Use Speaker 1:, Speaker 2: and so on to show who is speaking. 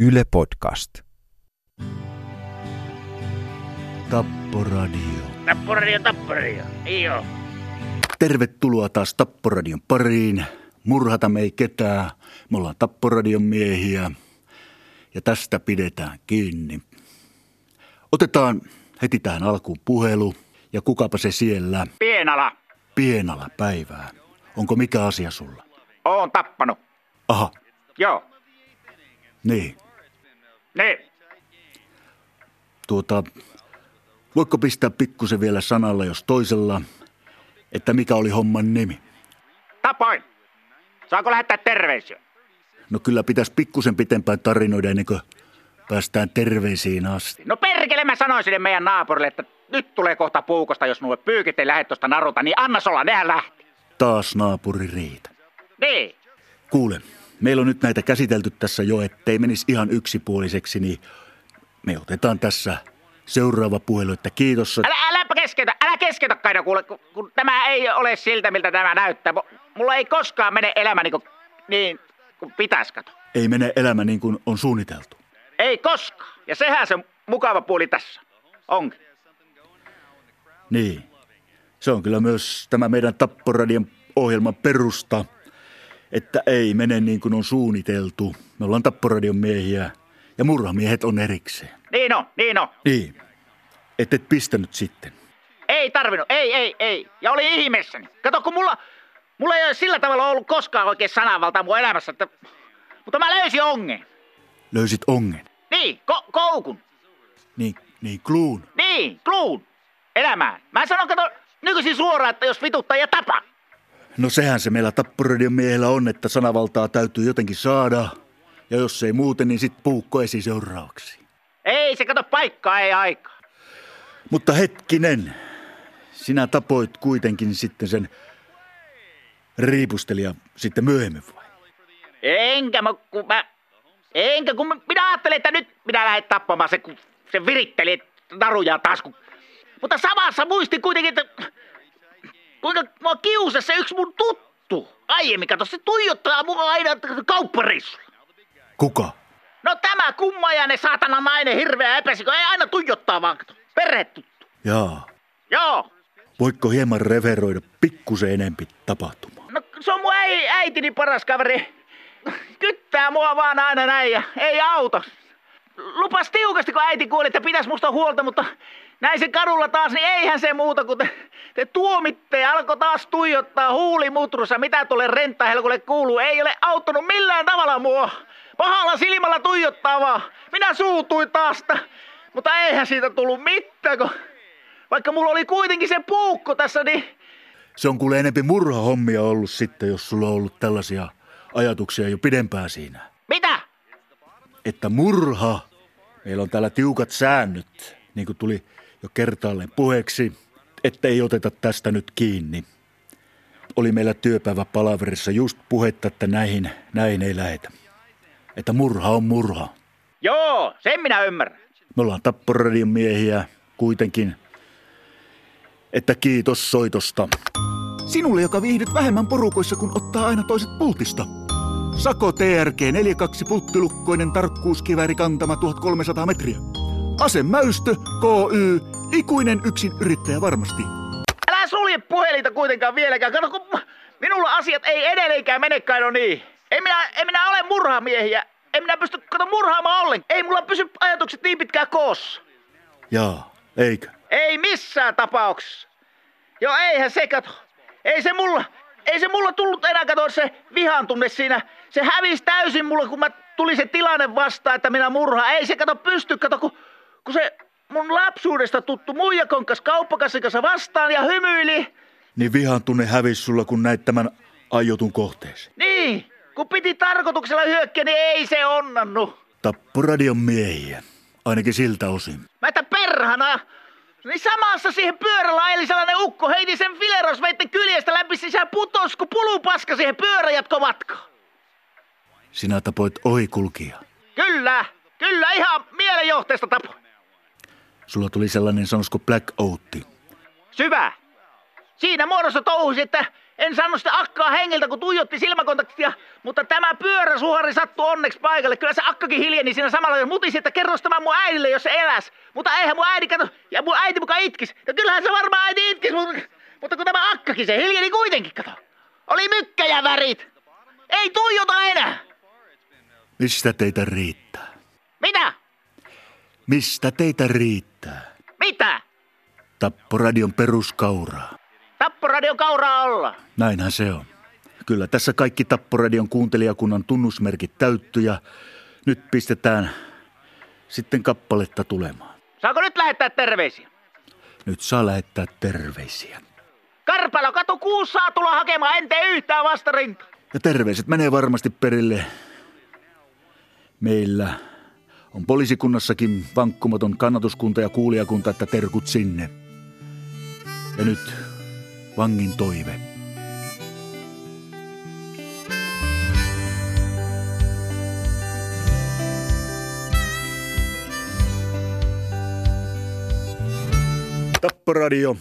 Speaker 1: Yle Podcast.
Speaker 2: Tapporadio.
Speaker 3: Tapporadio, tapporadio. Joo.
Speaker 2: Tervetuloa taas Tapporadion pariin. Murhata me ei ketään. Me ollaan Tapporadion miehiä. Ja tästä pidetään kiinni. Otetaan heti tähän alkuun puhelu. Ja kukapa se siellä
Speaker 3: Pienala,
Speaker 2: pienalla päivää. Onko mikä asia sulla?
Speaker 3: oon tappanut.
Speaker 2: Aha,
Speaker 3: Joo.
Speaker 2: niin.
Speaker 3: Niin.
Speaker 2: Tuota, voitko pistää pikkusen vielä sanalla jos toisella, että mikä oli homman nimi?
Speaker 3: Tapoin. Saanko lähettää terveisiä?
Speaker 2: No kyllä pitäisi pikkusen pitempään tarinoida ennen kuin päästään terveisiin asti.
Speaker 3: No perkele, mä sanoin sinne meidän naapurille, että nyt tulee kohta puukosta, jos nuo pyykit ei lähde tosta narulta, niin anna olla, nehän lähti.
Speaker 2: Taas naapuri riita.
Speaker 3: Niin.
Speaker 2: Kuule, meillä on nyt näitä käsitelty tässä jo, ettei menisi ihan yksipuoliseksi, niin me otetaan tässä seuraava puhelu, että kiitos.
Speaker 3: Älä, älä keskeytä, älä keskeytä Kaino kuule, kun, kun tämä ei ole siltä, miltä tämä näyttää. Mu- Mulla ei koskaan mene elämä niin kuin, niin kuin pitäis kato.
Speaker 2: Ei mene elämä niin kuin on suunniteltu.
Speaker 3: Ei koskaan. Ja sehän se mukava puoli tässä. Onkin.
Speaker 2: Niin. Se on kyllä myös tämä meidän Tapporadion ohjelman perusta, että ei mene niin kuin on suunniteltu. Me ollaan Tapporadion miehiä ja murhamiehet on erikseen.
Speaker 3: Niin on, niin on.
Speaker 2: Niin. Et et pistänyt sitten.
Speaker 3: Ei tarvinnut, ei, ei, ei. Ja oli ihmeessäni. Kato, kun mulla, mulla ei ole sillä tavalla ollut koskaan oikein sananvaltaa mun elämässä, että... Mutta mä löysin ongen.
Speaker 2: Löysit ongen.
Speaker 3: Niin, ko- koukun.
Speaker 2: Niin, niin kluun.
Speaker 3: Niin, kluun. Elämään. Mä sanon, kato, nykyisin suoraan, että jos vituttaa ja tapa.
Speaker 2: No sehän se meillä tapporadion miehellä on, että sanavaltaa täytyy jotenkin saada. Ja jos ei muuten, niin sit puukko esi seuraavaksi.
Speaker 3: Ei se kato paikkaa, ei aikaa.
Speaker 2: Mutta hetkinen, sinä tapoit kuitenkin sitten sen riipustelija sitten myöhemmin vai?
Speaker 3: Enkä mä, kun mä... Enkä, kun mä, minä ajattelin, että nyt minä lähden tappamaan se, kun se viritteli naruja taas, kun... Mutta samassa muistin kuitenkin, että... Kuinka mua kiusasi se yksi mun tuttu. Aiemmin, kato, se tuijottaa mua aina kauppareissulla.
Speaker 2: Kuka?
Speaker 3: No tämä kumma ja ne saatana nainen hirveä epäsikö, ei aina tuijottaa vaan, kato. Perhetuttu.
Speaker 2: Jaa,
Speaker 3: Joo.
Speaker 2: voitko hieman referoida pikkusen enempi tapahtumaa?
Speaker 3: No se on mun äi, äitini paras kaveri. Kyttää mua vaan aina näin ja ei auta. Lupas tiukasti, kun äiti kuoli, että pitäis musta huolta, mutta näin se kadulla taas, niin eihän se muuta, kun te, te tuomitte ja alkoi taas tuijottaa huulimutrussa, mitä tulee rentahelkulle kuuluu. Ei ole auttanut millään tavalla mua. Pahalla silmällä tuijottaa vaan. Minä suutuin taas, että- mutta eihän siitä tullut mitään, kun... Vaikka mulla oli kuitenkin se puukko tässä, niin
Speaker 2: Se on kuule enempi murhahommia ollut sitten, jos sulla on ollut tällaisia ajatuksia jo pidempään siinä.
Speaker 3: mitä?
Speaker 2: että murha, meillä on täällä tiukat säännöt, niin kuin tuli jo kertaalleen puheeksi, että ei oteta tästä nyt kiinni. Oli meillä työpäivä palaverissa just puhetta, että näihin, näin ei lähetä. Että murha on murha.
Speaker 3: Joo, sen minä ymmärrän.
Speaker 2: Me ollaan tapporadion miehiä kuitenkin. Että kiitos soitosta. Sinulle, joka viihdyt vähemmän porukoissa, kun ottaa aina toiset pultista. Sako TRG 42 pulttilukkoinen tarkkuuskivääri kantama 1300 metriä. Asemäystö KY, ikuinen yksin yrittäjä varmasti.
Speaker 3: Älä sulje puhelinta kuitenkaan vieläkään. Kato, kun minulla asiat ei edelleenkään menekään no niin. En minä, en minä ole murhamiehiä. En minä pysty kato murhaamaan ollenkaan. Ei mulla pysy ajatukset niin pitkään koossa.
Speaker 2: Jaa, eikö?
Speaker 3: Ei missään tapauksessa. Joo, eihän se kato. Ei se mulla, ei se mulla tullut enää kato se vihan tunne siinä. Se hävisi täysin mulla, kun mä tuli se tilanne vastaan, että minä murhaan. Ei se kato pysty, kato, kun, kun se mun lapsuudesta tuttu muija konkkas kauppakassin kanssa vastaan ja hymyili.
Speaker 2: Niin vihan tunne hävisi sulla, kun näit tämän aiotun kohteesi.
Speaker 3: Niin, kun piti tarkoituksella hyökkiä, niin ei se onnannut.
Speaker 2: Tapporadion miehiä, ainakin siltä osin.
Speaker 3: Mä että perhana! Niin samassa siihen pyörällä eli sellainen ukko heidi sen filerosveitten kyljestä läpi sisään putos, kun pulupaska siihen pyörä jatko matkaa.
Speaker 2: Sinä tapoit ohikulkija.
Speaker 3: Kyllä, kyllä ihan mielenjohteesta tapo.
Speaker 2: Sulla tuli sellainen, sanoisiko Black Oatti.
Speaker 3: Syvä. Siinä muodossa touhusi, että En saanut sitä akkaa hengiltä, kun tuijotti silmäkontaktia, mutta tämä pyöräsuhari sattui onneksi paikalle. Kyllä se akkakin hiljeni siinä samalla ja mutisi, että kerros tämän mun äidille, jos se eläs. Mutta eihän mun äiti kato, ja mun äiti muka itkis. No kyllähän se varmaan äiti itkis, mutta, mutta kun tämä akkakin, se hiljeni kuitenkin, kato. Oli mykkä ja värit. Ei tuijota enää.
Speaker 2: Mistä teitä riittää?
Speaker 3: Mitä?
Speaker 2: Mistä teitä riittää?
Speaker 3: Mitä?
Speaker 2: Tapporadion peruskauraa.
Speaker 3: Tapporadio kauraa olla.
Speaker 2: Näinhän se on. Kyllä tässä kaikki Tapporadion kuuntelijakunnan tunnusmerkit täytty ja nyt pistetään sitten kappaletta tulemaan.
Speaker 3: Saanko nyt lähettää terveisiä?
Speaker 2: Nyt saa lähettää terveisiä.
Speaker 3: Karpalo katu kuusi saa tulla hakemaan, en tee yhtään vastarinta.
Speaker 2: Ja terveiset menee varmasti perille. Meillä on poliisikunnassakin vankkumaton kannatuskunta ja kuulijakunta, että terkut sinne. Ja nyt vangin toive. Tapporadio